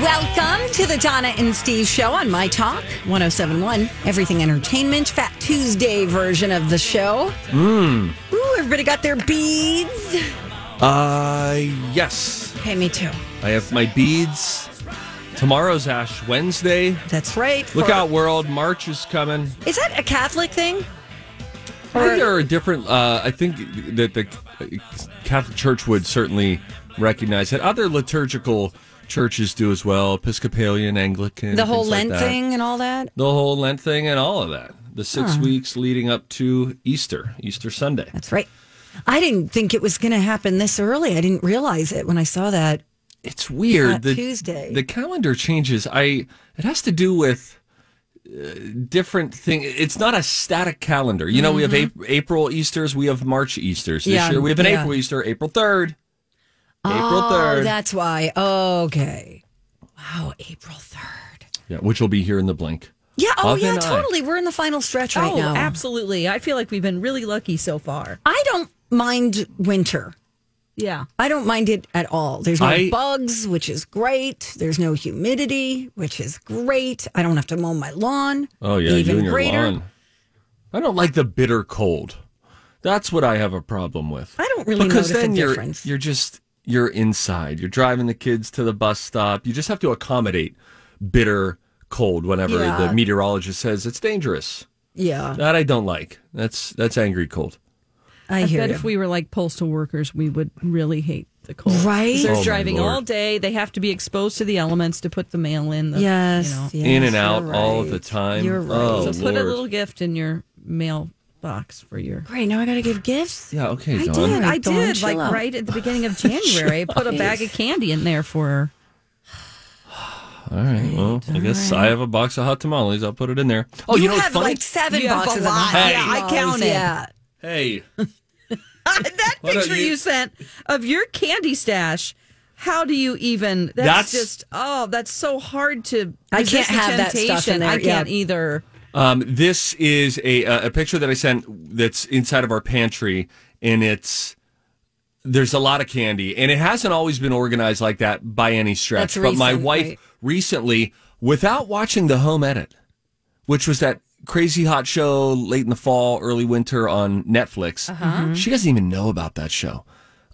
Welcome to the Donna and Steve show on My Talk 1071, Everything Entertainment, Fat Tuesday version of the show. Hmm. Ooh, everybody got their beads. Uh, yes. Okay, me too. I have my beads. Tomorrow's Ash Wednesday. That's right. Look For- out, world. March is coming. Is that a Catholic thing? I think there are different, uh, I think that the Catholic Church would certainly recognize that. Other liturgical churches do as well Episcopalian, Anglican. The whole things like Lent that. thing and all that? The whole Lent thing and all of that. The six weeks leading up to Easter, Easter Sunday. That's right. I didn't think it was going to happen this early. I didn't realize it when I saw that. It's weird. Fat Tuesday. The calendar changes. I. It has to do with uh, different thing. It's not a static calendar. You know, we have April, April Easters. We have March Easters. This Mm-hmm. Yeah, year we have an yeah. April Easter, April third. April Oh, third. that's why. Okay. Wow, April 3rd. yeah, which will be here in the blink. Yeah, oh, Of yeah, an eye. totally. We're in the final stretch right oh, now. absolutely. I feel like we've been really lucky so far. I don't mind winter. Yeah. I don't mind it at all. There's no I- bugs, which is great. There's no humidity, which is great. I don't have to mow my lawn. Oh yeah, even you and your greater. lawn. I don't like the bitter cold. That's what I have a problem with. I don't really because notice then a you're difference. you're just you're inside. You're driving the kids to the bus stop. You just have to accommodate bitter cold whenever Yeah. the meteorologist says it's dangerous. yeah, That I don't like. That's that's angry cold. I I hear bet you. if we were like postal workers, we would really hate the cold. Right? 'Cause Oh, They're my driving all Lord. day. They have to be exposed to the elements to put the mail in. The, yes, You know. yes, In and out you're all right. the time. You're right. Oh, So Lord. put a little gift in your mail box for your. Great. Now I got to give gifts. Yeah, okay, I Dawn. did. I I Dawn, did, chill like out. right at the beginning of January. I put a bag of candy in there for her. all right. Well, I guess I have a box of hot tamales. I'll put it in there. Oh, you, know what's have funny? like seven You have boxes. a of lot. hot Hey. Yeah, I tamales. counted. Yeah. hey. that Why don't picture you- you... sent of your candy stash. How do you even? That's, That's- just oh, that's so hard to. I can't resist the have that stuff in temptation. there, I can't yeah. either. Um, this is a uh, a picture that I sent that's inside of our pantry, and it's there's a lot of candy, and it hasn't always been organized like that by any stretch. That's but my recent, wife right. recently, without watching the home edit, which was that crazy hot show late in the fall, early winter on Netflix, Uh-huh. she doesn't even know about that show.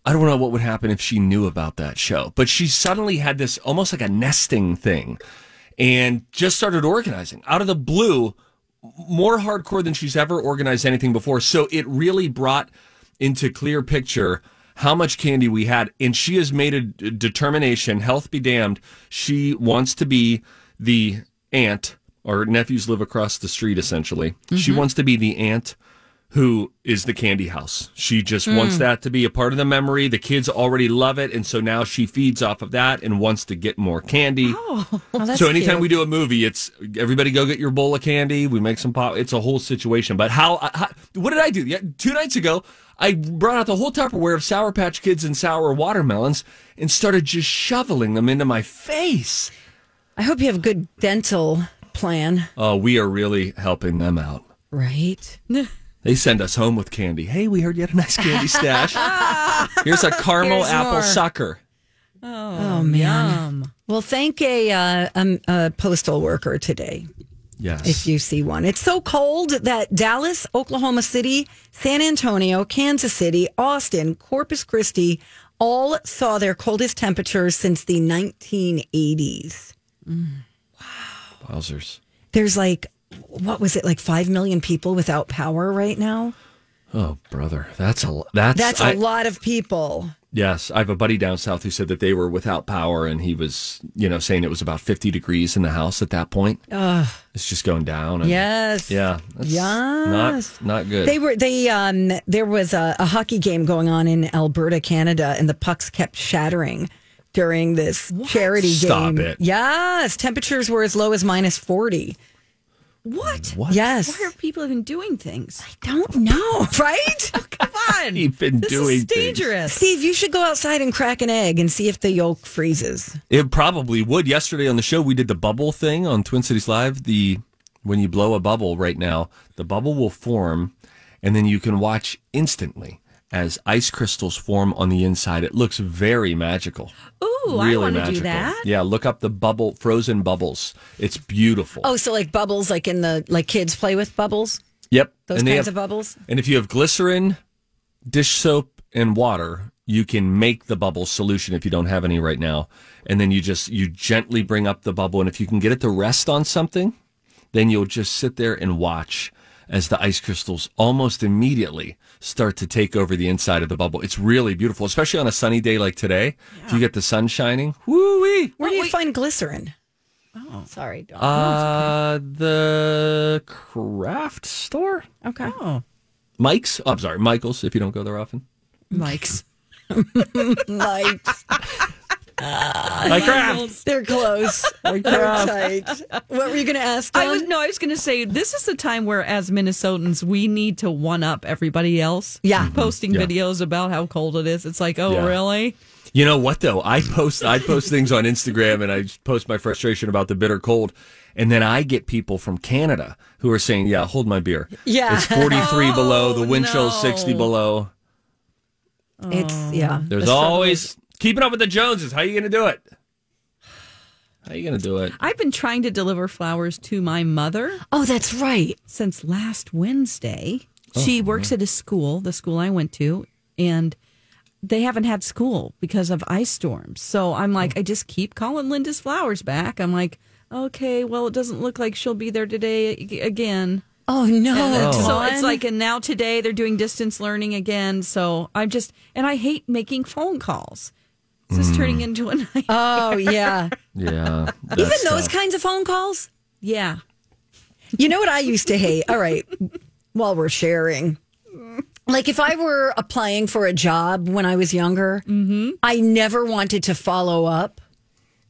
I don't know what would happen if she knew about that show, but she suddenly had this almost like a nesting thing and just started organizing out of the blue more hardcore than she's ever organized anything before. So it really brought into clear picture how much candy we had. And she has made a d- determination, health be damned, she wants to be the aunt. Our nephews live across the street, essentially. She wants to be the aunt who is the candy house. She just wants that to be a part of the memory. The kids already love it. And so now she feeds off of that and wants to get more candy so anytime we do a movie, it's everybody go get your bowl of candy. We make some pop. It's a whole situation. But how? uh, how what did I do? Yeah, two nights ago, I brought out the whole Tupperware of Sour Patch Kids and sour watermelons and started just shoveling them into my face. I hope you have good dental plan. Oh, we are really helping them out. Right. They send us home with candy. Hey, we heard you had a nice candy stash. Here's a caramel Here's apple more. sucker. Oh man. Um, Well, thank a, uh, um, a postal worker today Yes. if you see one. It's so cold that Dallas, Oklahoma City, San Antonio, Kansas City, Austin, Corpus Christi all saw their coldest temperatures since the 1980s. Wow. Wowzers. There's like, what was it, like 5 million people without power right now? Oh, brother. That's a that's That's a I- lot of people. Yes, I have a buddy down south who said that they were without power, and he was, you know, saying it was about fifty degrees in the house at that point. it's just going down. and- Yes. yeah, that's Yes. not not good. They were they um there was a, a hockey game going on in Alberta, Canada, and the pucks kept shattering during this charity Stop game. it. Yes, temperatures were as low as minus forty. What? what? Yes, Why are people even doing things? I don't know, right? Come on. Even this doing is things. dangerous. Steve, you should go outside and crack an egg and see if the yolk freezes. It probably would. Yesterday on the show, we did the bubble thing on Twin Cities Live. The when you blow a bubble right now, the bubble will form, and then you can watch instantly as ice crystals form on the inside. It looks very magical. Ooh, I really want to magical. do that. Yeah, look up the bubble, frozen bubbles. It's beautiful. Oh, so like bubbles, like in the like kids play with bubbles, yep. those And they kinds of have- bubbles. And if you have glycerin, dish soap, and water, you can make the bubble solution if you don't have any right now. And then you just you gently bring up the bubble, and if you can get it to rest on something, then you'll just sit there and watch as the ice crystals almost immediately start to take over the inside of the bubble. It's really beautiful, especially on a sunny day like today. If you get the sun shining, woo wee. Where do you find glycerin? Oh, sorry, Dawn. Uh, the craft store, Okay. Oh, Mike's. Oh, I'm sorry, Michael's. If you don't go there often, Mike's. like like craft. they're close. They're tight. What were you going to ask? Dawn? I was no, I was going to say this is the time where, as Minnesotans, we need to one up everybody else. Yeah. Mhm. posting Mm-hmm. Yeah. videos about how cold it is. It's like, oh, Yeah. really? You know what though? I post I post things on Instagram and I post my frustration about the bitter cold, and then I get people from Canada who are saying, "Yeah, hold my beer. Yeah. it's forty three below. The Oh, wind chill's no. sixty below. Oh. It's yeah. There's The struggle always is- keeping up with the Joneses. How you gonna do it? How you gonna do it? I've been trying to deliver flowers to my mother Oh, that's right. since last Wednesday. she works at a school, the school I went to, and they haven't had school because of ice storms. So I'm like, I just keep calling Linda's flowers back. I'm like, okay, well, it doesn't look like she'll be there today ag- again. Oh no. So it's like, and now today they're doing distance learning again. So I'm just, and I hate making phone calls. This is turning into a night. Oh yeah. Yeah, Even that's those tough. kinds of phone calls. yeah. You know what I used to hate? All right. While we're sharing. Like if I were applying for a job when I was younger, I never wanted to follow up.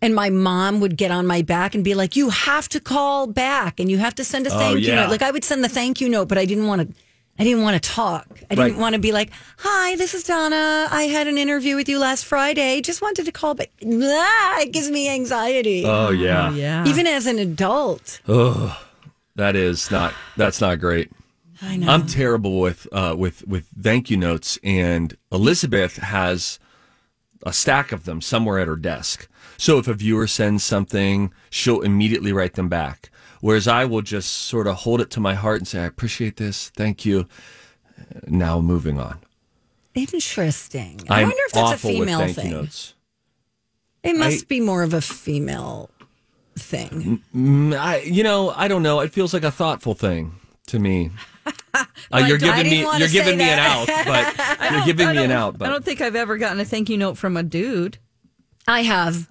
And my mom would get on my back and be like, You have to call back and you have to send a thank you Oh, yeah. note. Like I would send the thank you note, but I didn't want to I didn't want to talk. I didn't Right. want to be like, Hi, this is Donna. I had an interview with you last Friday. Just wanted to call back. Blah, it gives me anxiety. Oh yeah, Yeah. Even as an adult. that is not that's not great. I know. I'm terrible with uh, with with thank you notes, and Elizabeth has a stack of them somewhere at her desk. So if a viewer sends something, she'll immediately write them back. Whereas I will just sort of hold it to my heart and say, "I appreciate this, thank you." Now moving on. Interesting. I I'm wonder if that's a awful female with thank thing. you notes. It must be more of a female thing. Mm, I, you know, I don't know. It feels like a thoughtful thing to me. Uh, you're I giving didn't me wanna you're say giving me an out, that. but I you're giving don't- me an I out. I But don't think I've ever gotten a thank you note from a dude. I have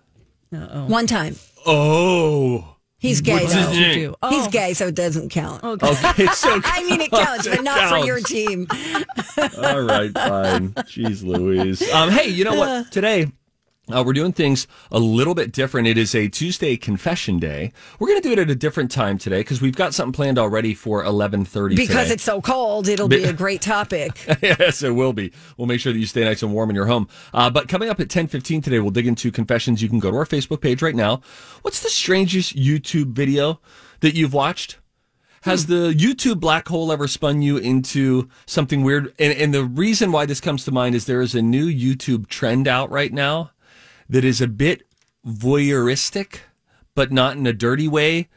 one time. oh, He's gay. What's his though. name? You do. He's gay, so it doesn't count. okay, it's so I mean, it counts, but not for counts. your team. All right, fine. Jeez Louise. Um, hey, you know what? Today, uh, we're doing things a little bit different. It is a Tuesday confession day. We're going to do it at a different time today because we've got something planned already for 1130 Because today. it's so cold, it'll be a great topic. yes, it will be. We'll make sure that you stay nice and warm in your home. Uh, but coming up at 1015 today, we'll dig into confessions. You can go to our Facebook page right now. What's the strangest YouTube video that you've watched? Has the YouTube black hole ever spun you into something weird? And, and the reason why this comes to mind is there is a new YouTube trend out right now that is a bit voyeuristic, but not in a dirty way,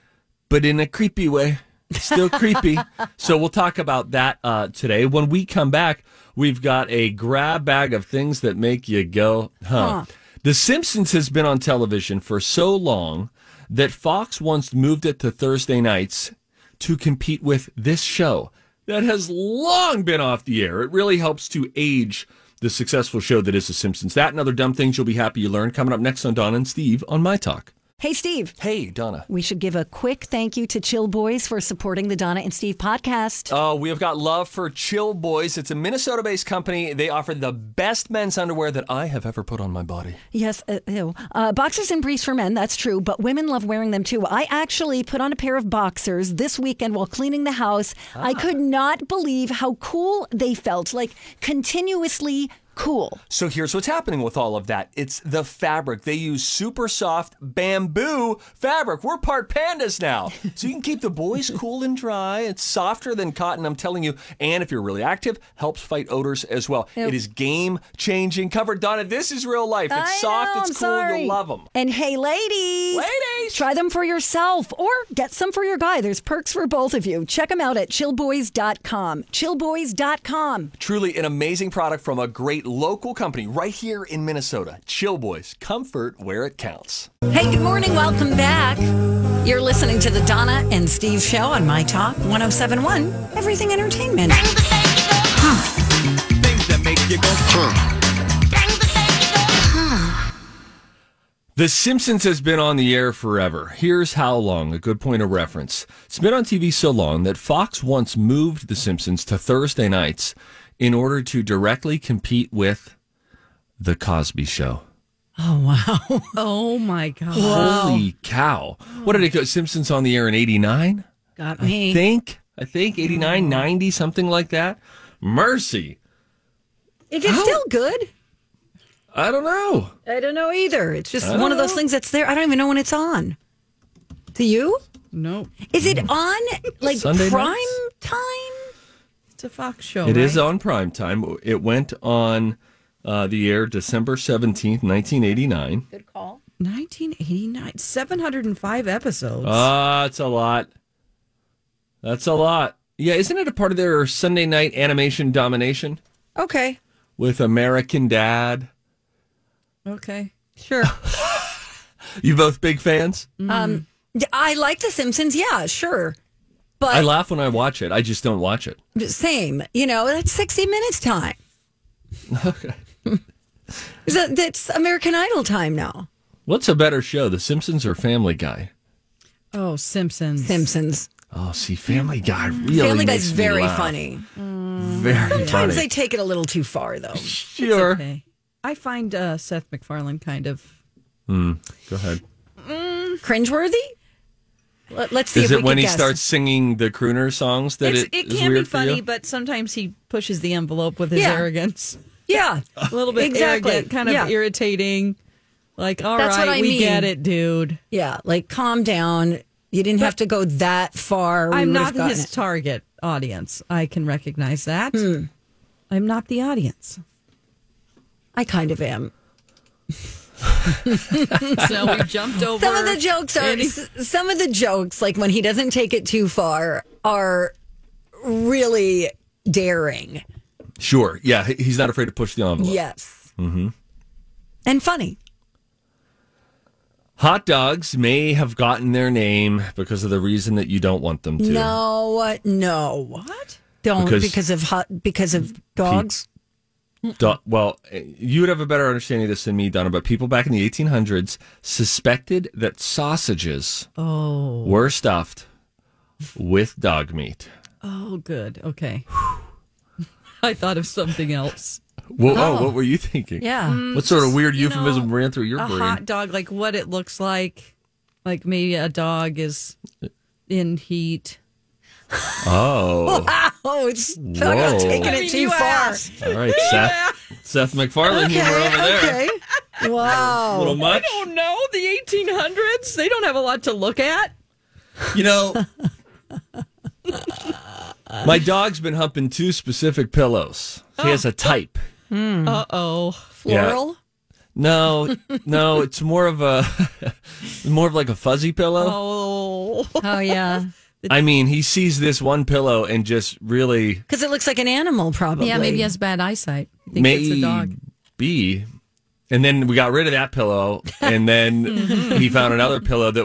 but in a creepy way. Still creepy. So we'll talk about that uh, today. When we come back, we've got a grab bag of things that make you go, huh. The Simpsons has been on television for so long that Fox once moved it to Thursday nights to compete with this show that has long been off the air. It really helps to age the successful show that is The Simpsons. That and other dumb things you'll be happy you learned coming up next on Don and Steve on My Talk. Hey, Steve. Hey, Donna. We should give a quick thank you to Chill Boys for supporting the Donna and Steve podcast. Oh, we have got love for Chill Boys. It's a Minnesota based company. They offer the best men's underwear that I have ever put on my body. Yes, uh, ew. Uh, boxers and briefs for men, that's true, but women love wearing them too. I actually put on a pair of boxers this weekend while cleaning the house. I Ah. could not believe how cool they felt, like continuously cool. So here's what's happening with all of that. It's the fabric. They use super soft bamboo fabric. We're part pandas now. So you can keep the boys cool and dry. It's softer than cotton, I'm telling you. And if you're really active, helps fight odors as well. It is game changing. Covered Donna, this is real life. It's I soft, know, it's I'm cool, sorry. you'll love them. And hey, ladies, Ladies! try them for yourself or get some for your guy. There's perks for both of you. Check them out at chillboys.com. Chillboys.com. Truly an amazing product from a great local company right here in Minnesota. Chill Boys, comfort where it counts. Hey, good morning. Welcome back. You're listening to the Donna and Steve show on My Talk 1071, Everything Entertainment. Things that make you go. The Simpsons has been on the air forever. Here's how long, a good point of reference. It's been on TV so long that Fox once moved The Simpsons to Thursday nights in order to directly compete with The Cosby Show. Oh, wow. Oh my god, Holy cow. What did it go? Simpsons on the air in 89? got I me. think. I think 89, 90, something like that. Mercy. Is it still good? I don't know. I don't know either. It's just one of those things that's there. I don't even know when it's on. Do you? Nope, Is it on like Sunday prime nights? time? it's a Fox Oh, show. It is on prime time. It went on uh, the air December 17th, 1989. 1989, 705 episodes. Ah, it's a lot. That's a lot. Yeah, isn't it a part of their Sunday night animation domination okay, with American Dad? okay. Sure. You both big fans? Um, d- I like The Simpsons. Yeah, sure. I But laugh when I watch it. I just don't watch it. same, you know, that's 60 Minutes time. Okay. that, that's American Idol time now. What's a better show, The Simpsons or Family Guy? Oh, Simpsons. Simpsons. Oh, see, Family Guy really Family Guy's makes me very laugh. funny. Very Sometimes funny. they take it a little too far, though. sure. Okay. I find uh, Seth MacFarlane kind of. Go ahead. Cringeworthy? Let, us see Is if it we when can he guess. starts singing the crooner songs that It's, it, it, is can be weird for you? funny, but sometimes he pushes the envelope with his Yeah. arrogance. Yeah. A little bit Exactly. arrogant, kind of Yeah. irritating. Like, all right, That's what I we mean. get it, dude. Yeah. Like, calm down. You didn't have to go that far. We I'm would've not gotten his it. target audience. I can recognize that. I'm not the audience. I kind of am. So we jumped over. Some of the jokes are any- s- some of the jokes, like when he doesn't take it too far, are really daring. Sure. Yeah, he- he's not afraid to push the envelope. Yes. Mm-hmm. And funny. Hot dogs may have gotten their name because of the reason that you don't want them to. No, uh, no. What? Don't Because- because, of hot because of dogs. Do- well, eh, you would have a better understanding of this than me, Donna, but people back in the 1800s suspected that sausages were stuffed with dog meat. Oh, good. Okay. I thought of something else. Well, oh. what were you thinking? Hmm. Yeah. What sort of weird you know, euphemism ran through your a brain? hot dog, like what it looks like. Like maybe a dog is in heat. oh, Oh, it's talk Whoa. about taking I it too far. all right, Seth. Seth MacFarlane humor over there. Okay. Wow. A little much. Oh no, the 1800s. They don't have a lot to look at. You know, my dog's been humping two specific pillows. He has a type. Uh oh. Floral. No, no, it's more of a more of like a fuzzy pillow. Oh. Oh yeah. I mean, he sees this one pillow and just really Because it looks like an animal, probably. Yeah, maybe he has bad eyesight. You think it's a dog. Mm-hmm. maybe. And then we got rid of that pillow, and then he found another pillow that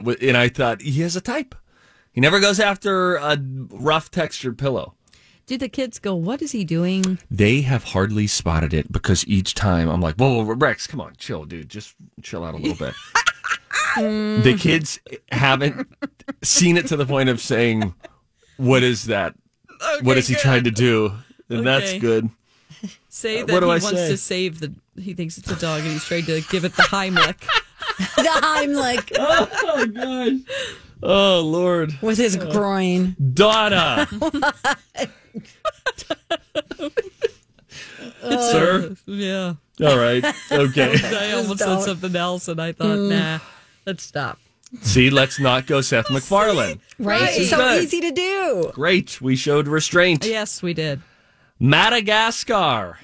W- And I thought, he has a type. He never goes after a rough textured pillow. Do the kids go, what is he doing? They have hardly spotted it because each time I'm like, whoa, whoa, Rex, come on, chill, dude. Just chill out a little bit. the kids haven't seen it to the point of saying, what is that? what is he trying to do? And that's Okay. good. Say Uh, that what do he I wants say? to save the, he thinks it's a dog and he's trying to give it the Heimlich. The Heimlich Oh, gosh. Oh, Lord. with his groin. Donna. Sir. yeah. All right. Okay. I almost said something else and I thought, nah, let's stop. See, let's not go Seth MacFarlane. Right? This is so good. easy to do. Great. We showed restraint. Yes, we did. Madagascar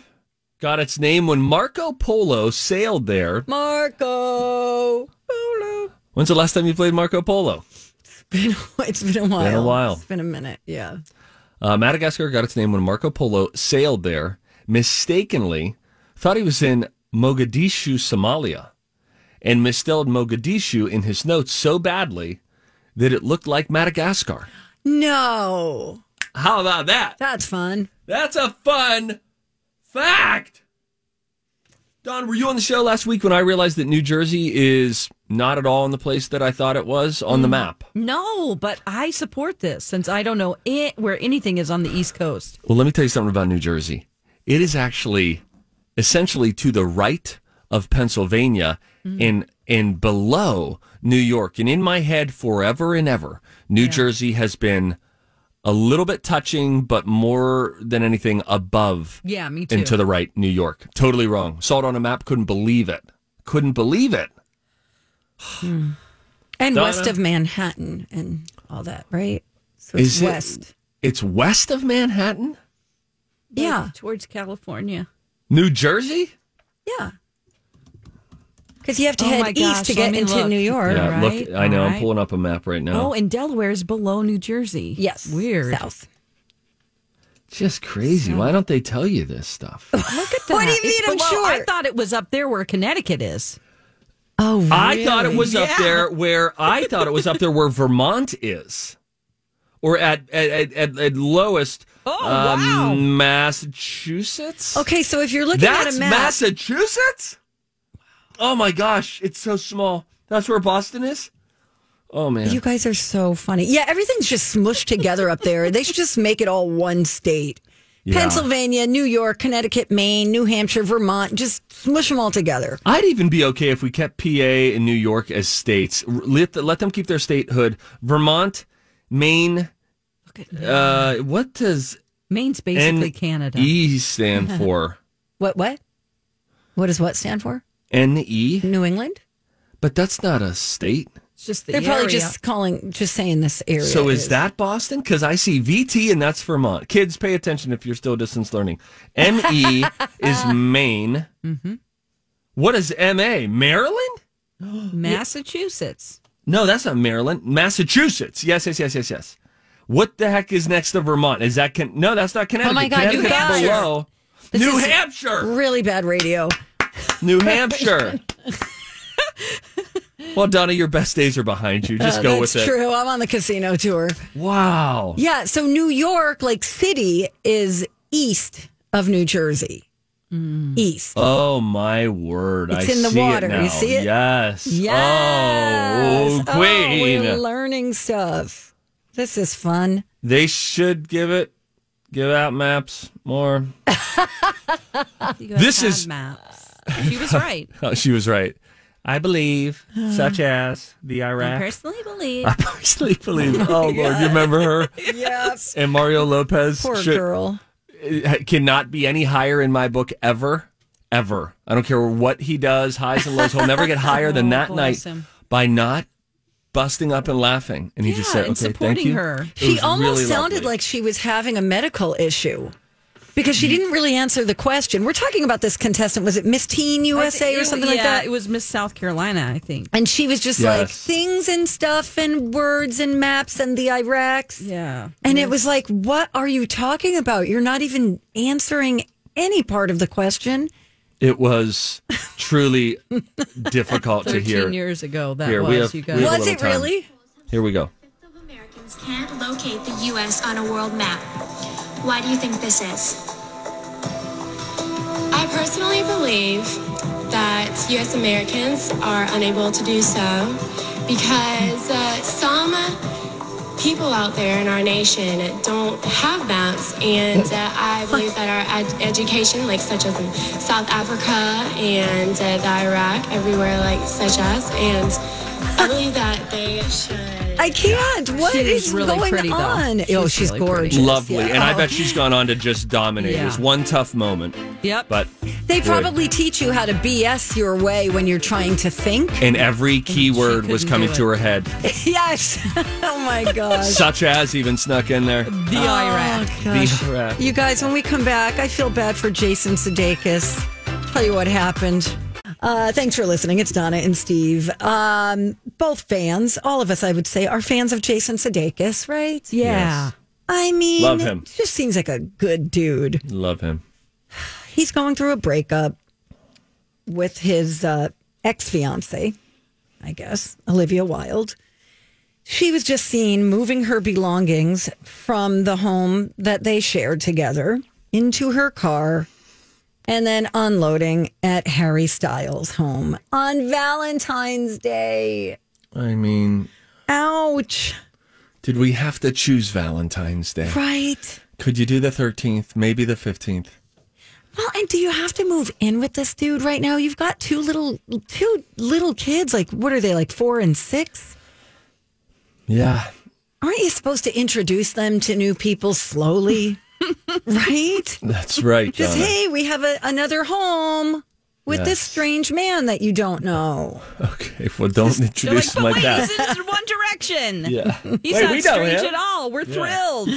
got its name when Marco Polo sailed there. Marco. oh, Polo. When's the last time you played Marco Polo? It's been a while. Been a while. It's been a minute. Yeah. Uh, Madagascar got its name when Marco Polo sailed there, mistakenly thought he was in Mogadishu, Somalia, and misspelled Mogadishu in his notes so badly that it looked like Madagascar. No. How about that? That's fun. That's a fun fact. Don, were you on the show last week when I realized that New Jersey is not at all in the place that I thought it was on the map? No, Oh, but I support this since I don't know it, where anything is on the East Coast. Well, let me tell you something about New Jersey. It is actually essentially to the right of Pennsylvania Mm-hmm. and and below New York. And in my head forever and ever, New Jersey has been a little bit touching, but more than anything above Yeah, me too. and to the right, New York. Totally wrong. Saw it on a map, couldn't believe it. Couldn't believe it. And Donna. west of Manhattan and all that, right? So it's Is it- west. It's west of Manhattan? yeah. Towards California. New Jersey? Yeah. Because you have to Oh my head gosh, east to let get me into look. New York. Yeah. look, right, I know. all I'm right. pulling up a map right now. Oh, and Delaware is below New Jersey. Yes. Weird. South. Just crazy. Why don't they tell you this stuff? Look at that. What do you It's mean? I'm below- I sure. thought it was up there where Connecticut is. Oh, I thought it was up there where I thought it was up there where Vermont is, or at at at, at, at lowest. um, Oh, wow. Massachusetts. Okay, so if you're looking at that's a map, Massachusetts. Oh my gosh, it's so small. That's where Boston is. Oh man, you guys are so funny. Yeah, everything's just smushed together up there. They should just make it all one state. Yeah. Pennsylvania, New York, Connecticut, Maine, New Hampshire, Vermont, just smush them all together. I'd even be okay if we kept PA and New York as states. R- Let, the- let them keep their statehood. Vermont, Maine. Uh, what does Maine's basically N- Canada. E stand for? What, what? What does what stand for? N E. New England? But that's not a state. it's just the They're probably area. just calling, just saying this area. So is that Boston? Because I see VT and that's Vermont. Kids, pay attention if you're still distance learning. ME is Maine. Mm-hmm. What is MA? Maryland? Massachusetts. No, that's not Maryland. Massachusetts. Yes, yes, yes, yes, yes. What the heck is next to Vermont? Is that Con- no? That's not Connecticut. Oh my God, New Connecticut's Hampshire. below. This New is- Hampshire. Really bad radio. New Hampshire. well, Donna, your best days are behind you. Just Uh, go that's with it. true. I'm on the casino tour. Wow. Yeah, so New York, like city, is east of New Jersey. east. Oh my word! It's I in the see water. It You now. see it? Yes. Yes. Oh, queen. we're learning stuff. This is fun. they should give it, give out maps more. This is- maps. She was right. Oh, she was right. I believe, Uh-huh. such as the I Iraq. personally believe. I personally believe. Oh Lord, you remember her Yes. and Mario Lopez Poor should- girl. it cannot be any higher in my book ever, ever. I don't care what he does, highs and lows. He'll never get higher than Oh, that night bless him. by not busting up and laughing. And he just Yeah, said, "Okay, and thank supporting you." her. It She was almost really sounded lovely. like she was having a medical issue because she didn't really answer the question. We're talking about this contestant. Was it Miss Teen USA or It- something like yeah, that? It was Miss South Carolina, I think. And she was just Yes. like things and stuff and words and maps and the Iraqs. Yeah. And it was like, what are you talking about? You're not even answering any part of the question. it was truly difficult to 13 hear. years ago, that Here, was, we have- you we guys. have a Was little it time. really? Here we go. fifth of Americans can't locate the U.S. on a world map. Why do you think this is? I personally believe that U.S. Americans are unable to do so because uh, some people out there in our nation don't have maps, and uh, I believe that our ed- education, like such as in South Africa and uh, the Iraq, everywhere like such as, and I believe that they should. I can't. What She is was really going pretty, though. on? She oh, was she's really pretty. gorgeous. Lovely. Yeah. And I bet she's gone on to just dominate. Oh. Yeah. It was one tough moment. Yep. But They boy, probably teach you how to BS your way when you're trying to think. and every keyword was couldn't coming do to it. her head. Yes. oh my gosh. Oh, Such as even snuck in there. the Iraq. Gosh. The Iraq. You guys, when we come back, I feel bad for Jason Sudeikis. Tell you what happened. Uh, thanks for listening. It's Donna and Steve. Um, both fans, all of us, I would say, are fans of Jason Sudeikis, right? Yeah. I mean, Love him. Just seems like a good dude. Love him. He's going through a breakup with his uh, ex fiancee, I guess, Olivia Wilde. She was just seen moving her belongings from the home that they shared together into her car and then unloading at Harry Styles' home on Valentine's Day. I mean, Ouch. did we have to choose Valentine's Day? Right. Could you do the 13th, maybe the 15th? Well, and do you have to move in with this dude right now? You've got two little two little kids. Like what are they like 4 and 6? Yeah. Aren't you supposed to introduce them to new people slowly? right? That's right. Just, Donna. hey, we have a, another home with this Yes. strange man that you don't know. Okay. Well, don't They're like, introduce but him like wait, that. he's in one direction. Yeah. He's Wait, not we know strange him. at all. We're thrilled.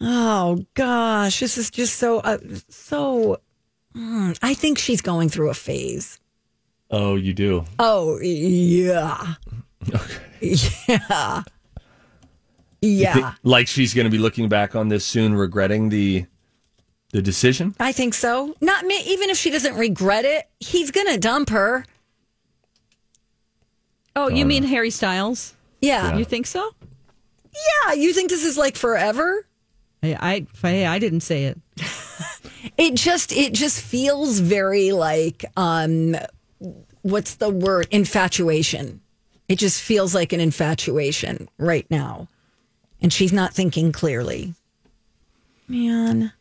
Oh, gosh. This is just so, uh, so. Mm, I think she's going through a phase. Oh, you do. Oh, yeah. Okay. Yeah. Thi- like she's going to be looking back on this soon, regretting the the decision. I think so. Not me. Even if she doesn't regret it, he's going to dump her. Oh, you mean Harry Styles? Yeah. You think so? Yeah. You think this is like forever? Hey, I, hey, I didn't say it. it just it just feels very like um what's the word infatuation it just feels like an infatuation right now and she's not thinking clearly man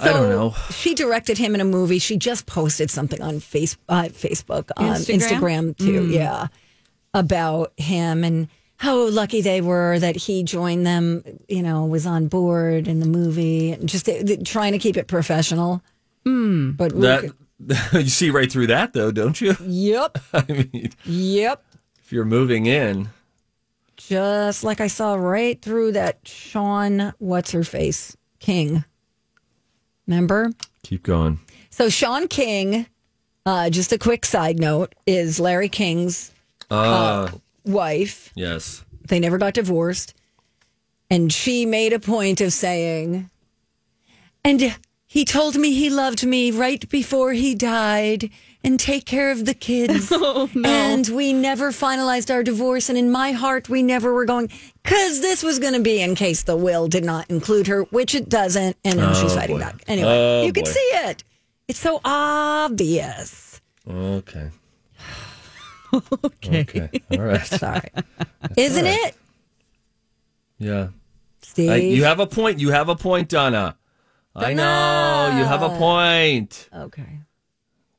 I don't know. she directed him in a movie she just posted something on face, uh, facebook on Instagram? instagram, too Hmm. yeah about him and how lucky they were that he joined them you know was on board in the movie and just uh, trying to keep it professional but we That could- you see right through that, though, don't you? Yep. I mean, Yep. if you're moving in, Just like I saw right through that Sean, what's her face? King. Remember? keep going. So Sean King, uh, just a quick side note, is Larry King's uh, Ah, wife. yes. They never got divorced. And she made a point of saying, and he told me he loved me right before he died and take care of the kids. And we never finalized our divorce. And in my heart, we never were going, because this was going to be in case the will did not include her, which it doesn't. And now she's fighting back. Anyway, Oh, you can boy. see it. It's so obvious. Okay. Okay. Okay. All right. Sorry. Isn't it? Yeah. Steve. I- you have a point. You have a point, Donna. I know. You have a point. okay.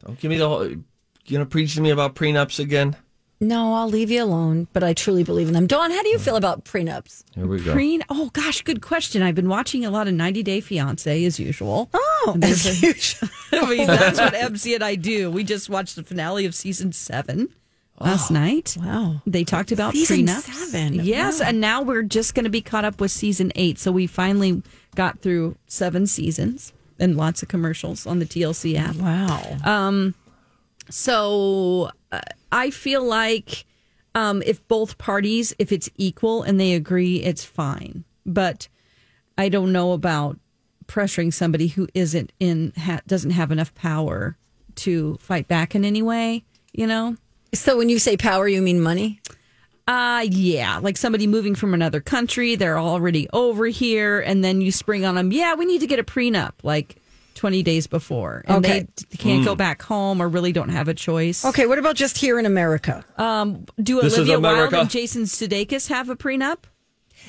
Don't give me the whole. You gonna preach to me about prenups again? No, I'll leave you alone, but I truly believe in them. Dawn, how do you feel about prenups? Here we go. Preen, oh gosh, good question. I've been watching a lot of 90 Day Fiance as usual. Oh, as usual. I mean, that's what MC and I do. We just watched the finale of season seven last night. Oh, wow. They talked about Season prenups. seven. Yes, and now we're just going to be caught up with season eight. So we finally got through seven seasons and lots of commercials on the TLC app. Wow. Um, So uh, I feel like um, if both parties, if it's equal and they agree, it's fine. But I don't know about pressuring somebody who isn't in ha- doesn't have enough power to fight back in any way. You know, so when you say power, you mean money? uh, yeah, like somebody moving from another country, they're already over here, and then you spring on them. Yeah, we need to get a prenup, like. 20 days before and Okay. Hmm. they d- can't go back home or really don't have a choice. Um, Okay, what about just here in America? Do This is Olivia Wilde America. and Jason Sudeikis have a prenup?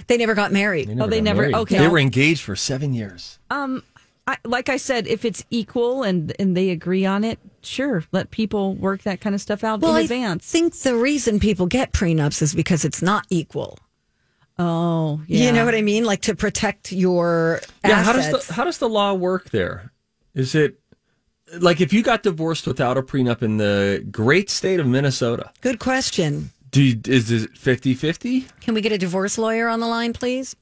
They never got married. Oh, they never. Married. Okay. They were engaged for seven years. I, like I said, if it's equal and and they agree on it, sure, let people work that kind of stuff out in advance. Oh, I think the reason people get prenups is because it's not equal. oh, yeah. You know what I mean? Like to protect your Yeah, how assets. does the how does the law work there? Is it like if you got divorced without a prenup in the great state of Minnesota? Good question. Do you, is it 50-50? Can we get a divorce lawyer on the line, please?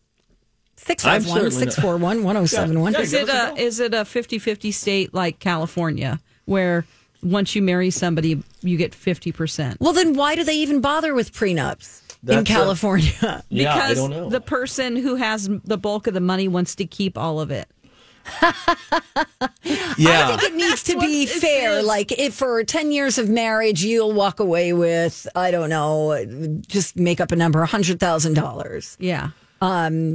I'm 651 certainly not- 641 1071. Yeah, yeah, Is it a is it a 50-50 state like California where once you marry somebody you get fifty percent? Well, then why do they even bother with prenups in That's a- California? Yeah, I because don't know. the person who has the bulk of the money wants to keep all of it. yeah, I think it needs to what be it fair. is. Like, if for 10 years of marriage, you'll walk away with, I don't know, just make up a number, $100,000. Yeah.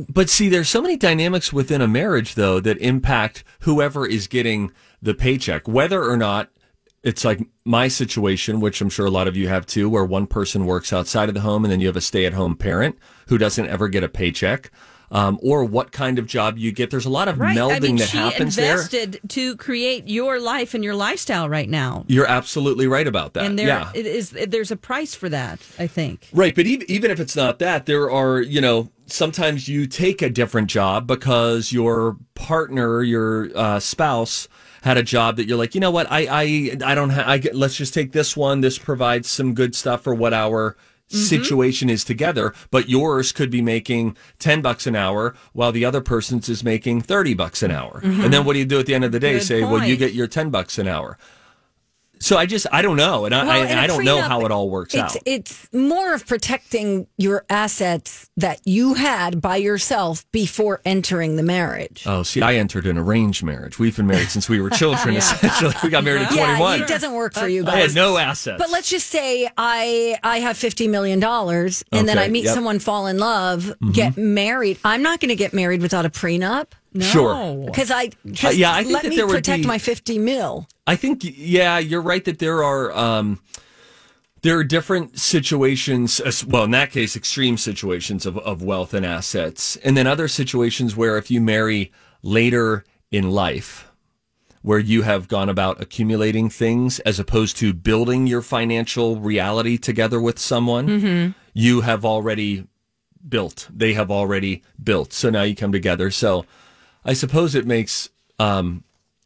But see, there's so many dynamics within a marriage, though, that impact whoever is getting the paycheck, whether or not it's like my situation, which I'm sure a lot of you have too, where one person works outside of the home and then you have a stay at home parent who doesn't ever get a paycheck, um, or what kind of job you get. There's a lot of melding I mean, that she happens there. invested to create your life and your lifestyle right now. You're absolutely right about that. And there yeah. it is there's a price for that, I think. Right, but even, even if it's not that, there are, you know, sometimes you take a different job because your partner, your uh, spouse, had a job that you're like, you know what, I, I, I don't, ha- I get, let's just take this one. This provides some good stuff for what our Mm-hmm. situation is together. But yours could be making ten bucks an hour, while the other person's is making thirty bucks an hour. Mm-hmm. And then what do you do at the end of the day? Good Say, well, you point. get your ten bucks an hour. So I just, I don't know, and I, Well, and I, a I don't know prenup, how it all works it's, out. It's more of protecting your assets that you had by yourself before entering the marriage. Oh, see, I entered an arranged marriage. We've been married since we were children, essentially. We got married at yeah, 21. it doesn't work for you Uh, I had guys. no assets. But let's just say I I have fifty million dollars, and then Okay, I meet yep. Mm-hmm. someone, fall in love, get married. I'm not going to get married without a prenup Sure. Uh, because I just yeah, I think let that me there would protect be- my fifty mil. I think, yeah, you're right that there are. Um, there are different situations, as- well, in that case, extreme situations of, of wealth and assets. And then other situations where if you marry later in life, where you have gone about accumulating things as opposed to building your financial reality together with someone, you have already built. They have already built. So now you come together. So I suppose it makes um,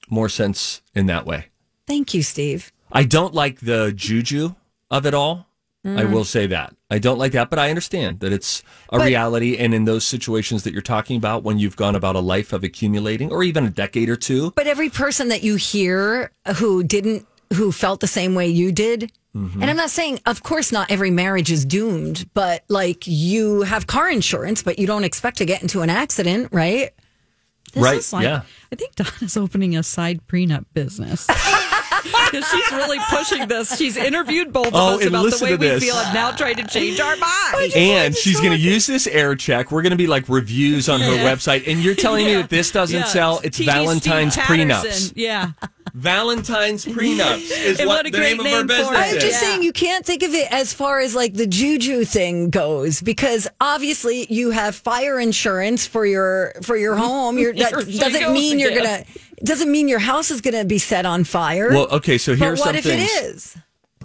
more sense in that way. Thank you, Steve. I don't like the juju of it all. I Mm. will say that. I don't like that, but I understand that it's a reality. And in those situations that you're talking about, when you've gone about a life of accumulating or even a decade or two, But every person that you hear who didn't who felt the same way you did. Mm-hmm. And I'm not saying, of course, not every marriage is doomed, but like you have car insurance, but you don't expect to get into an accident, right? This Right, is like, yeah. I think Donna's opening a side prenup business. 'Cause she's really pushing this. She's interviewed both of Oh, us and about the listen way to we this. feel and now trying to change our minds. And she's going to use this air check. We're going to be like reviews on her website. And you're telling me that this doesn't Yeah. sell. It's TV Valentine's Steve prenups. Patterson. Yeah. Valentine's prenups is And what, what a the great name of name her for it. business I I'm is. just Yeah. saying you can't think of it as far as like the juju thing goes because obviously you have fire insurance for your for your Mm-hmm. home. Your that Here she doesn't goes mean you're again. gonna doesn't mean your house is gonna be set on fire. Well, okay, so but here's what some if things. it is?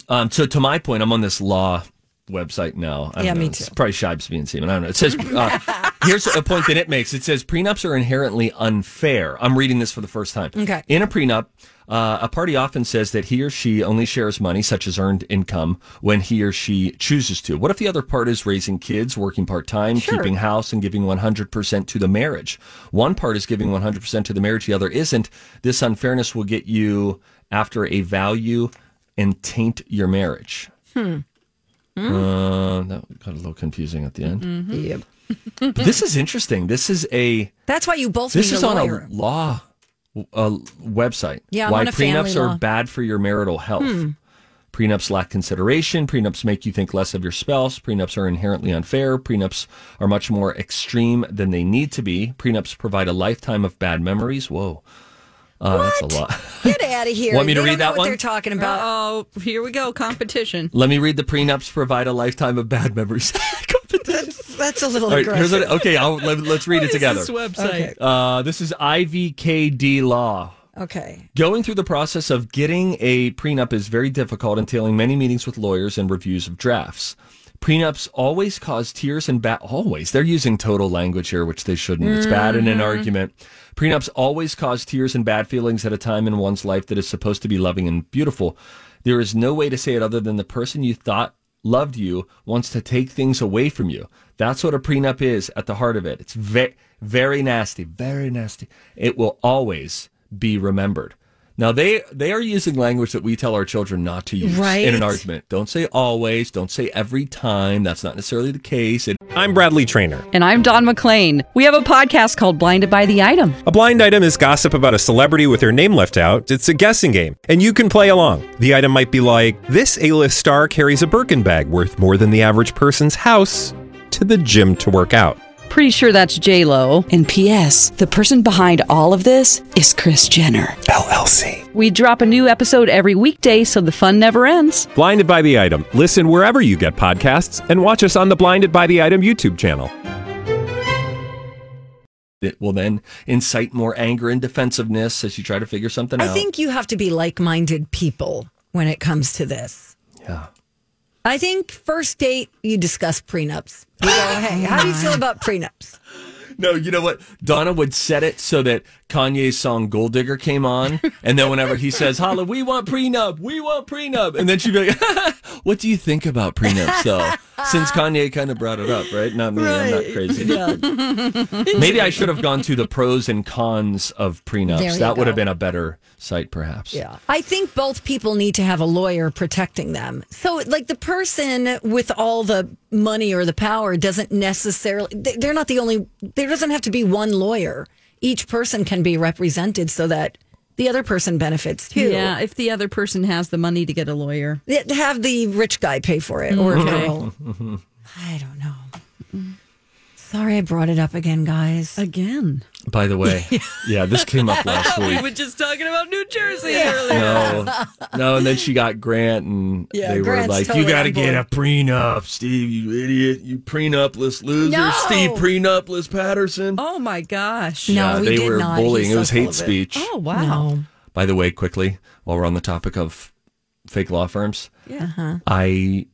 Um, so to my point, I'm on this law website now. I don't Yeah, know. me It's too. probably Shibes being Seaman. I don't know. It says uh, here's a point that it makes. It says prenups are inherently unfair. I'm reading this for the first time. Okay. In a prenup, uh, a party often says that he or she only shares money, such as earned income, when he or she chooses to. What if the other part is raising kids, working part time, keeping house, and giving 100% to the marriage? One part is giving 100% to the marriage, the other isn't. This unfairness will get you after a value and taint your marriage. Uh, that got a little confusing at the end. Yep. But this is interesting. This is a That's why you both this need is a on lawyer. a law a website. Yeah, I'm why on a family prenups law. Hmm. are bad for your marital health. Prenups lack consideration. Prenups make you think less of your spouse. Prenups are inherently unfair. Prenups are much more extreme than they need to be. Prenups provide a lifetime of bad memories. Whoa, uh, that's a lot. Get out of here. Want me to They don't read know that what one? They're talking about. Oh, here we go. Competition. Let me read the prenups provide a lifetime of bad memories. Oh, That's a little All right, here's aggressive. what, okay, I'll, let, us Oh, read it together. This website. Uh, this is IVKD Law. okay. Going through the process of getting a prenup is very difficult, entailing many meetings with lawyers and reviews of drafts. Prenups always cause tears and bad. Always, they're using total language here, which they shouldn't. It's bad in an argument. Prenups always cause tears and bad feelings at a time in one's life that is supposed to be loving and beautiful. There is no way to say it other than the person you thought loved you wants to take things away from you. That's what a prenup is at the heart of it. It's very, very nasty, very nasty. It will always be remembered. Now they they are using language that we tell our children not to use in Right. an argument. Don't say always. Don't say every time. That's not necessarily the case. It, I'm Bradley Trainer. And I'm Don McClain. We have a podcast called Blinded by the Item. A blind item is gossip about a celebrity with their name left out. It's a guessing game, and you can play along. The item might be like this: A-list star carries a Birkin bag worth more than the average person's house to the gym to work out. Pretty sure that's J Lo. And P.S. The person behind all of this is Chris Jenner. LLC. We drop a new episode every weekday, so the fun never ends. Blinded by the item. Listen wherever you get podcasts, and watch us on the Blinded by the Item YouTube channel. it will then incite more anger and defensiveness as you try to figure something I out. think you have to be like minded people when it comes to this. yeah. I think first date you discuss prenups. You go, hey, how do you feel about prenups? No, you know what? Donna would set it so that Kanye's song Gold Digger came on. And then whenever he says, Holla, we want prenup, we want prenup. And then she'd be like, What do you think about prenups, though? Since Kanye kind of brought it up, right? Not me. I'm not crazy. Maybe I should have gone to the pros and cons of There prenups. you That would go. have been a better site, perhaps. Yeah. I think both people need to have a lawyer protecting them. So, like the person with all the money or the power doesn't necessarily, they- they're not the only, there doesn't have to be one lawyer. Each person can be represented so that the other person benefits too. Yeah, if the other person has the money to get a lawyer. Yeah, to have the rich guy pay for it or girl. I don't know. Sorry, I brought it up again, guys. Again. By the way, yeah, this came up last week. were just talking about New Jersey earlier. No, no, and then she got Grant, and Yeah, they Grant's were like, totally "You got to on board." get a prenup, Steve, you idiot, you prenupless loser, No! Steve prenupless Patterson." Oh my gosh. No, we they did were not. bullying. He's it so was full hate of it. speech. Oh, wow. By the way, quickly while we're on the topic of fake law firms, Yeah. Uh-huh. I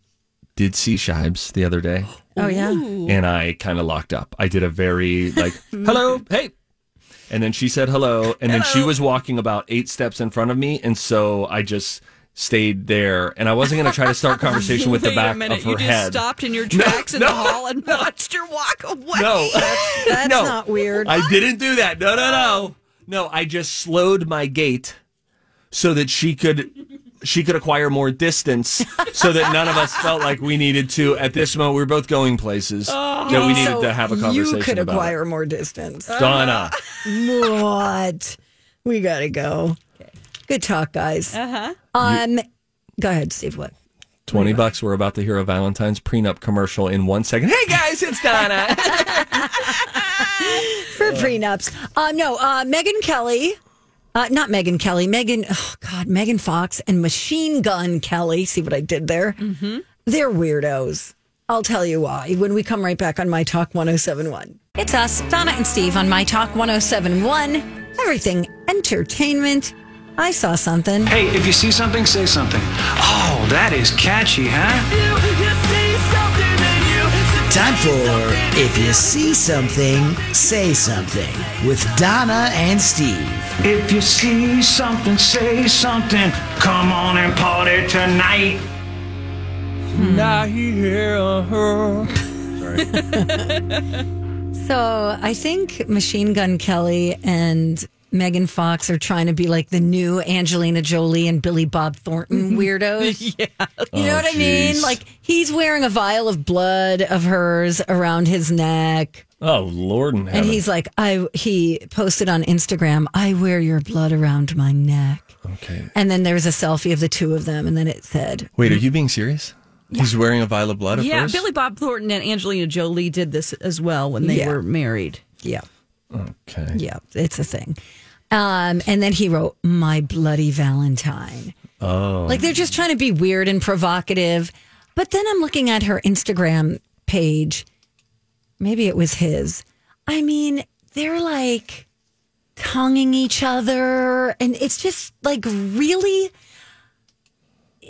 did see Shibes the other day, Oh, yeah. and I kind of locked up. I did a very like, "Hello, hey." And then she said hello, and then she was walking about eight steps in front of me, and so I just stayed there, and I wasn't going to try to start conversation with the Wait back a minute. of her you just head. stopped in your No, tracks in no. the hall and watched her walk away. No, That's No. not weird. I didn't do that. No, no, no, no. I just slowed my gait so that she could she could acquire more distance, so that none of us felt like we needed to. At this moment, we were both going places that we needed So to have a conversation You could about. acquire more distance. it. Donna, what? We gotta go. Good talk, guys. Uh-huh. Um, go ahead, Steve. What? 20 bucks. We're about to hear a Valentine's prenup commercial in one second. Hey guys, it's Donna. for prenups. Um, no, uh, Megan Kelly, uh, not Megan Kelly, Megan, oh God, Megan Fox and Machine Gun Kelly. See what I did there? Mm-hmm. They're weirdos. I'll tell you why when we come right back on My Talk 1071. It's us, Donna and Steve, on My Talk 1071. Everything entertainment. I saw something. Hey, if you see something, say something. Oh, that is catchy, huh? Time for If You See Something, Say Something with Donna and Steve. If you see something, say something. Come on and party tonight. Now hear her. So I think Machine Gun Kelly and Megan Fox are trying to be like the new Angelina Jolie and Billy Bob Thornton weirdos. yeah. You know Mm-hmm. Oh, what I mean? jeez. Like he's wearing a vial of blood of hers around his neck. Oh, Lord in heaven. And he's like, I he posted on Instagram, I wear your blood around my neck. okay. And then there was a selfie of the two of them, and then it said, Wait, are you being serious? He's wearing a vial of blood of yeah, hers? Billy Bob Thornton and Angelina Jolie did this as well when they Yeah. were married. Yeah, Okay. yeah, it's a thing. Um, and then he wrote, My bloody Valentine. Oh. Like they're just trying to be weird and provocative. But then I'm looking at her Instagram page. Maybe it was his. I mean, they're like tonguing each other, and it's just like really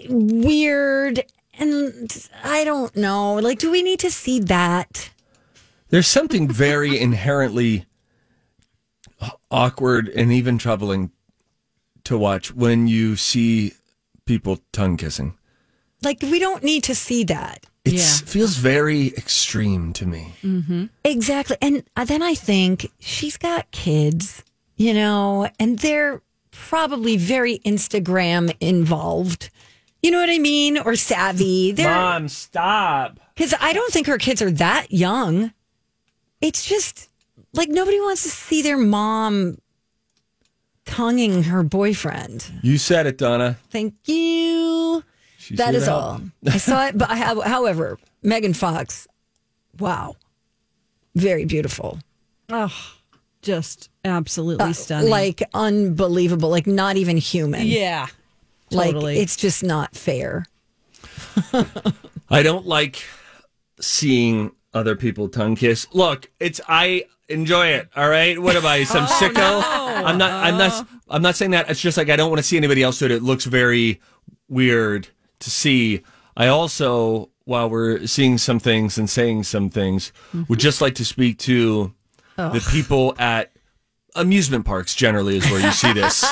weird. And I don't know. Like, do we need to see that? There's something very inherently awkward and even troubling to watch when you see people tongue kissing. Like, we don't need to see that. It feels very extreme to me. Exactly. And uh, then I think she's got kids, you know, and they're probably very Instagram involved. You know what I mean? Or savvy. They're stop. because I don't think her kids are that young. It's just like nobody wants to see their mom tonguing her boyfriend. You said it, Donna. Thank you. She's that here is to help. all. I saw it, but I have, however, Megan Fox, wow, very beautiful. Just absolutely stunning. Uh, like unbelievable, like not even human. yeah, like totally. it's just not fair. I don't like seeing other people tongue kiss. Look, it's I enjoy it. All right, what am I? Some sicko? I'm not. I'm not. I'm not saying that. It's just like I don't want to see anybody else do it. It looks very weird to see. I also, while we're seeing some things and saying some things, would just like to speak to the people at amusement parks. Generally, is where you see this,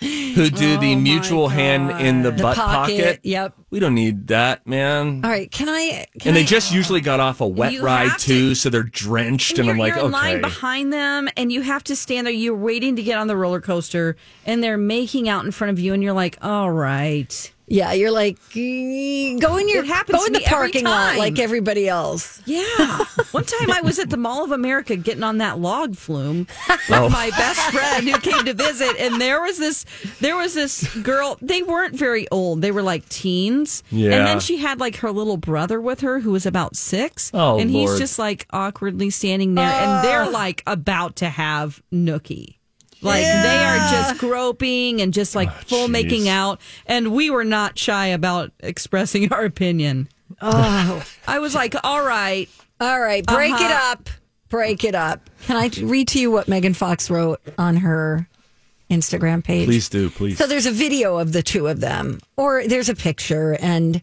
who do the mutual hand in Oh the, butt pocket, pocket. yep. We don't need that, man All right, can I? Can and they I- just usually got off a wet You ride have to- too, so they're drenched, and, you're, I'm like, you're in okay, line behind them, and you have to stand there. You're waiting to get on the roller coaster, and they're making out in front of you, and you're like, "All right, yeah, you're like "Mm, go in your It happens go in to the me every parking lot time. like everybody else. yeah." One time, I was at the Mall of America getting on that log flume with Oh. my best friend who came to visit, and there was this there was this girl. They weren't very old; they were like teens, and Yeah. then she had like her little brother with her who was about six, Oh, and Lord. he's just like awkwardly standing there, and Ah. they're like about to have nookie. Like they are just groping and just like full Ah, jeez. making out. And we were not shy about expressing our opinion. Oh, I was like, all right. all right, break it Uh-huh. up, break it up. Can I read to you what Megan Fox wrote on her Instagram page? please do, please. So there's a video of the two of them, or there's a picture, and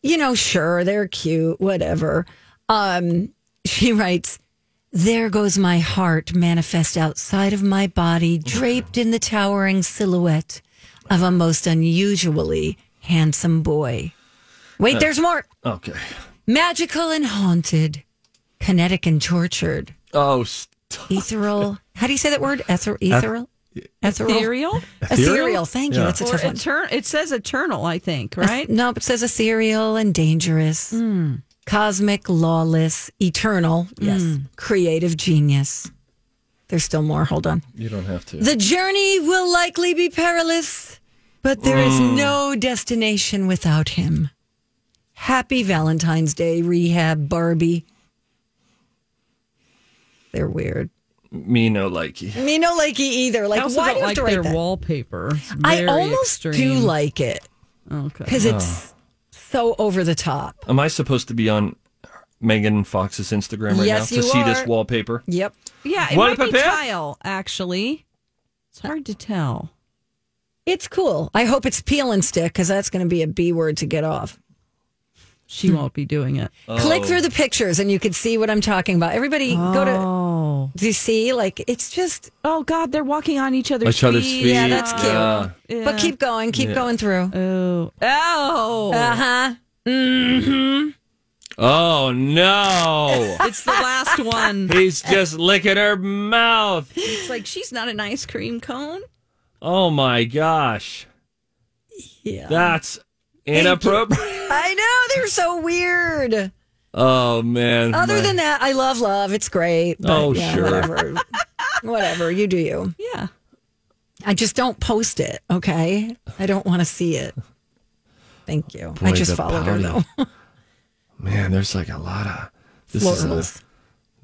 you know, sure, they're cute, whatever. Um, she writes, There goes my heart manifest outside of my body, draped in the towering silhouette of a most unusually handsome boy. Uh, Wait, there's more. okay. Magical and haunted, kinetic and tortured, Oh, st- ethereal. How do you say that word? Ether, ethereal? Ethereal? Ethereal? Ethereal. Thank you. Yeah. That's Oh." a Or tough one. etern- it says eternal, I think, right? No, it says ethereal and dangerous, cosmic, lawless, eternal. Yes, creative mm, genius. There's still more. Hold on. You don't have to. The journey will likely be perilous, but there is Mm. no destination without him. Happy Valentine's Day, Rehab Barbie. They're weird. Me no likey. Me no likey either. Like, I also why don't do you like have to their write that? wallpaper. It's I very almost do extreme. like it Okay. because it's so over the top. Am I supposed to be on Megan Fox's Instagram right Yes, now you to see this are. wallpaper? Yep. Yeah, it What might be pepper? tile, actually. It's hard to tell. It's cool. I hope it's peel and stick because that's going to be a B word to get off. She Hmm. won't be doing it. Oh. Click through the pictures and you can see what I'm talking about. Everybody go to. Oh. Do you see? Like, it's just. Oh God, they're walking on each other's, Each other's feet. feet. Yeah, that's cute. Yeah. But keep going. Keep Yeah. going through. Oh. Oh. Uh huh. Oh no! It's the last one. He's just licking her mouth. It's like she's not an ice cream cone. Oh my gosh. Yeah. That's inappropriate. I know they're so weird. Oh man. Other My- than that, I love love. It's great. but Oh, sure. Whatever. whatever. You do you. Yeah. I just don't post it. Okay. I don't want to see it. Thank you. I Boy, just the followed her pouting. though. man, there's like a lot of this is Florals. a,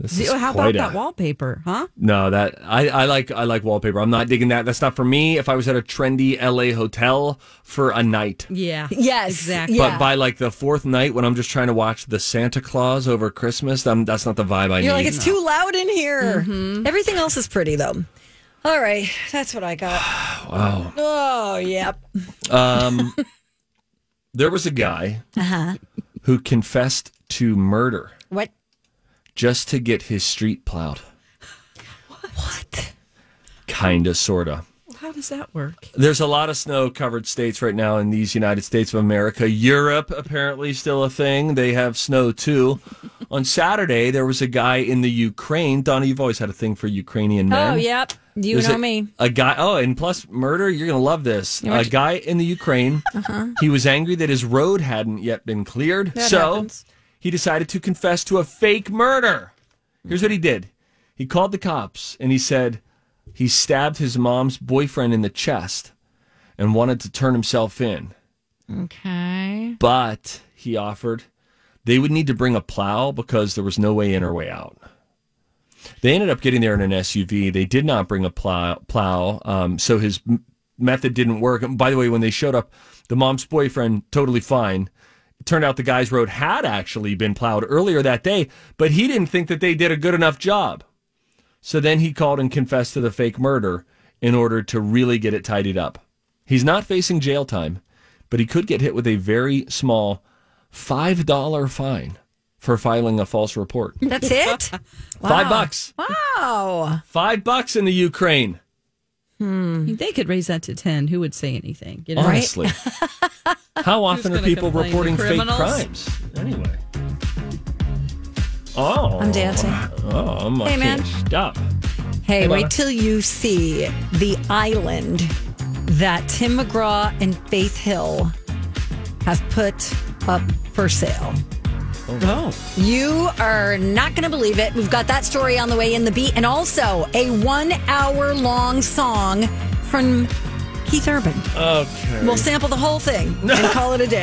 this is How quite about that a- wallpaper, huh? No, that I, I like I like wallpaper. I'm not digging that. That's not for me. If I was at a trendy LA hotel for a night. Yeah. Yes. Exactly. Yeah. But by like the fourth night, when I'm just trying to watch the Santa Claus over Christmas, i that's not the vibe I You're need. like, it's too loud in here. Everything else is pretty though. All right. That's what I got. wow. Oh, yep. Um, there was a guy who confessed to murder Uh-huh. What? just to get his street plowed. What? Kinda, sorta. How does that work? There's a lot of snow covered states right now in these United States of America. Europe apparently still a thing. They have snow too. On Saturday, there was a guy in the Ukraine. Donna, you've always had a thing for Ukrainian men. Oh, yep. You There's know a, me. A guy. Oh, and plus murder. You're gonna love this. A guy in the Ukraine. Uh-huh. He was angry that his road hadn't yet been cleared, so he decided to confess to a fake murder. Here's what he did. He called the cops and he said he stabbed his mom's boyfriend in the chest and wanted to turn himself in. Okay. But he offered they would need to bring a plow because there was no way in or way out. They ended up getting there in an SUV. They did not bring a plow, plow um, so his m- method didn't work. And by the way, when they showed up, the mom's boyfriend totally fine. It turned out the guy's road had actually been plowed earlier that day, but he didn't think that they did a good enough job. So then he called and confessed to the fake murder in order to really get it tidied up. He's not facing jail time, but he could get hit with a very small $5 fine for filing a false report. That's it? Five bucks. Wow. Five bucks in the Ukraine. They could raise that to ten. Who would say anything? You know? Honestly. How often are gonna people complain to reporting fake criminals? crimes? Anyway. Oh. I'm dancing. Oh, my Hey, hey, man. man. Stop. Hey, Hey, wait Lana. till you see the island that Tim McGraw and Faith Hill have put up for sale. Oh, You are not going to believe it. We've got that story on the way in the beat, and also a one hour long song from Keith Urban. Okay. We'll sample the whole thing and call it a day.